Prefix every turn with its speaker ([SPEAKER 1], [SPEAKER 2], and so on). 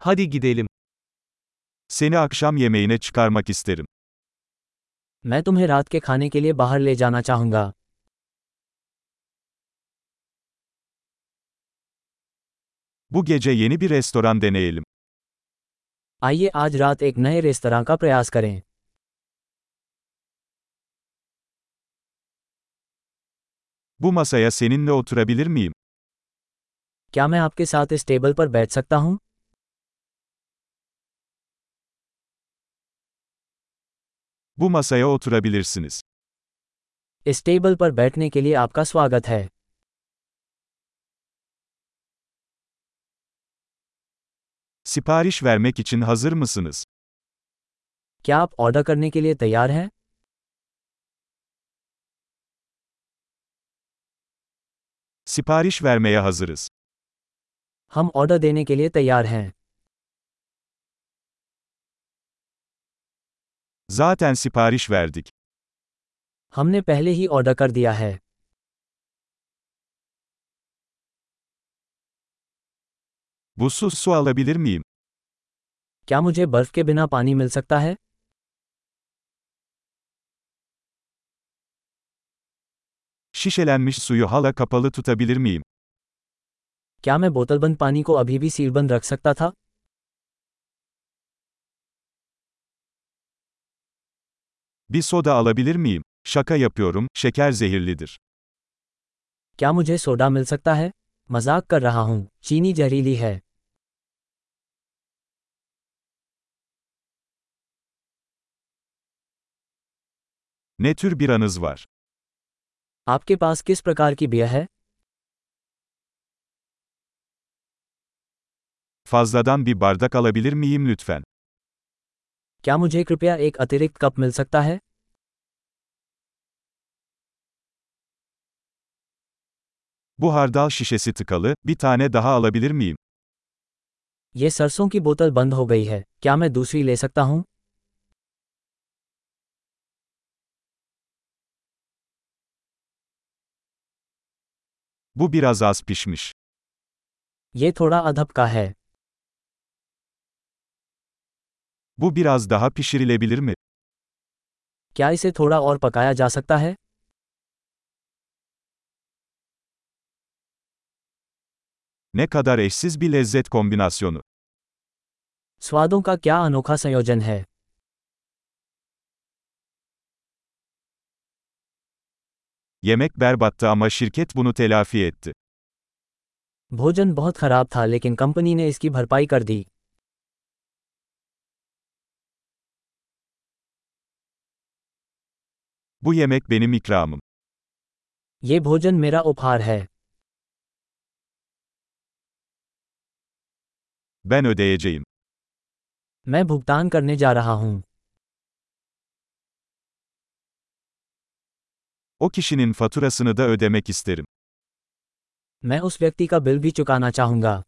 [SPEAKER 1] Hadi gidelim.
[SPEAKER 2] Seni akşam yemeğine çıkarmak isterim.
[SPEAKER 3] मैं तुम्हें रात के खाने के लिए बाहर ले जाना चाहूंगा
[SPEAKER 2] Bu gece yeni bir restoran deneyelim.
[SPEAKER 3] आइए आज रात एक नए रेस्तरां का प्रयास करें
[SPEAKER 2] Bu masaya seninle oturabilir miyim?
[SPEAKER 3] क्या मैं आपके साथ इस टेबल पर बैठ सकता हूँ
[SPEAKER 2] Bu masaya oturabilirsiniz.
[SPEAKER 3] इस टेबल पर बैठने के लिए आपका स्वागत है
[SPEAKER 2] Sipariş vermek için hazır mısınız?
[SPEAKER 3] क्या आप ऑर्डर करने के लिए तैयार हैं
[SPEAKER 2] Sipariş vermeye hazırız.
[SPEAKER 3] हम ऑर्डर देने के लिए तैयार हैं
[SPEAKER 2] Zaten sipariş verdik.
[SPEAKER 3] हमने पहले ही ऑर्डर कर दिया है
[SPEAKER 2] Buzsuz su alabilir miyim?
[SPEAKER 3] क्या मुझे बर्फ के बिना पानी मिल सकता है
[SPEAKER 2] Şişelenmiş suyu hala kapalı tutabilir miyim?
[SPEAKER 3] क्या मैं बोतलबंद पानी को अभी भी सीलबंद रख सकता था
[SPEAKER 2] Bir soda alabilir miyim? Şaka yapıyorum, şeker zehirlidir.
[SPEAKER 3] क्या मुझे सोडा मिल सकता है मजाक कर रहा हूँ चीनी जहरीली है
[SPEAKER 2] Ne tür bir anız var?
[SPEAKER 3] आपके पास किस प्रकार की बियर है
[SPEAKER 2] Fazladan bir bardak alabilir miyim lütfen?
[SPEAKER 3] क्या मुझे कृपया एक अतिरिक्त कप मिल सकता है
[SPEAKER 2] Bu hardal şişesi tıkalı, bir tane daha alabilir miyim?
[SPEAKER 3] ये सरसों की बोतल बंद हो गई है क्या मैं दूसरी ले सकता हूँ
[SPEAKER 2] Bu biraz az pişmiş.
[SPEAKER 3] ये थोड़ा अधब का है
[SPEAKER 2] Bu biraz daha pişirilebilir mi?
[SPEAKER 3] क्या इसे थोड़ा और पकाया जा सकता है
[SPEAKER 2] Ne kadar eşsiz bir lezzet kombinasyonu.
[SPEAKER 3] स्वादों का क्या अनोखा संयोजन है
[SPEAKER 2] Yemek berbattı ama şirket bunu telafi etti.
[SPEAKER 3] भोजन बहुत खराब था लेकिन कंपनी ने इसकी भरपाई कर दी
[SPEAKER 2] Bu yemek benim ikramım.
[SPEAKER 3] ये भोजन मेरा उपहार है
[SPEAKER 2] Ben ödeyeceğim.
[SPEAKER 3] मैं भुगतान करने जा रहा हूँ
[SPEAKER 2] O kişinin faturasını da ödemek isterim.
[SPEAKER 3] मैं उस व्यक्ति का बिल भी चुकाना चाहूंगा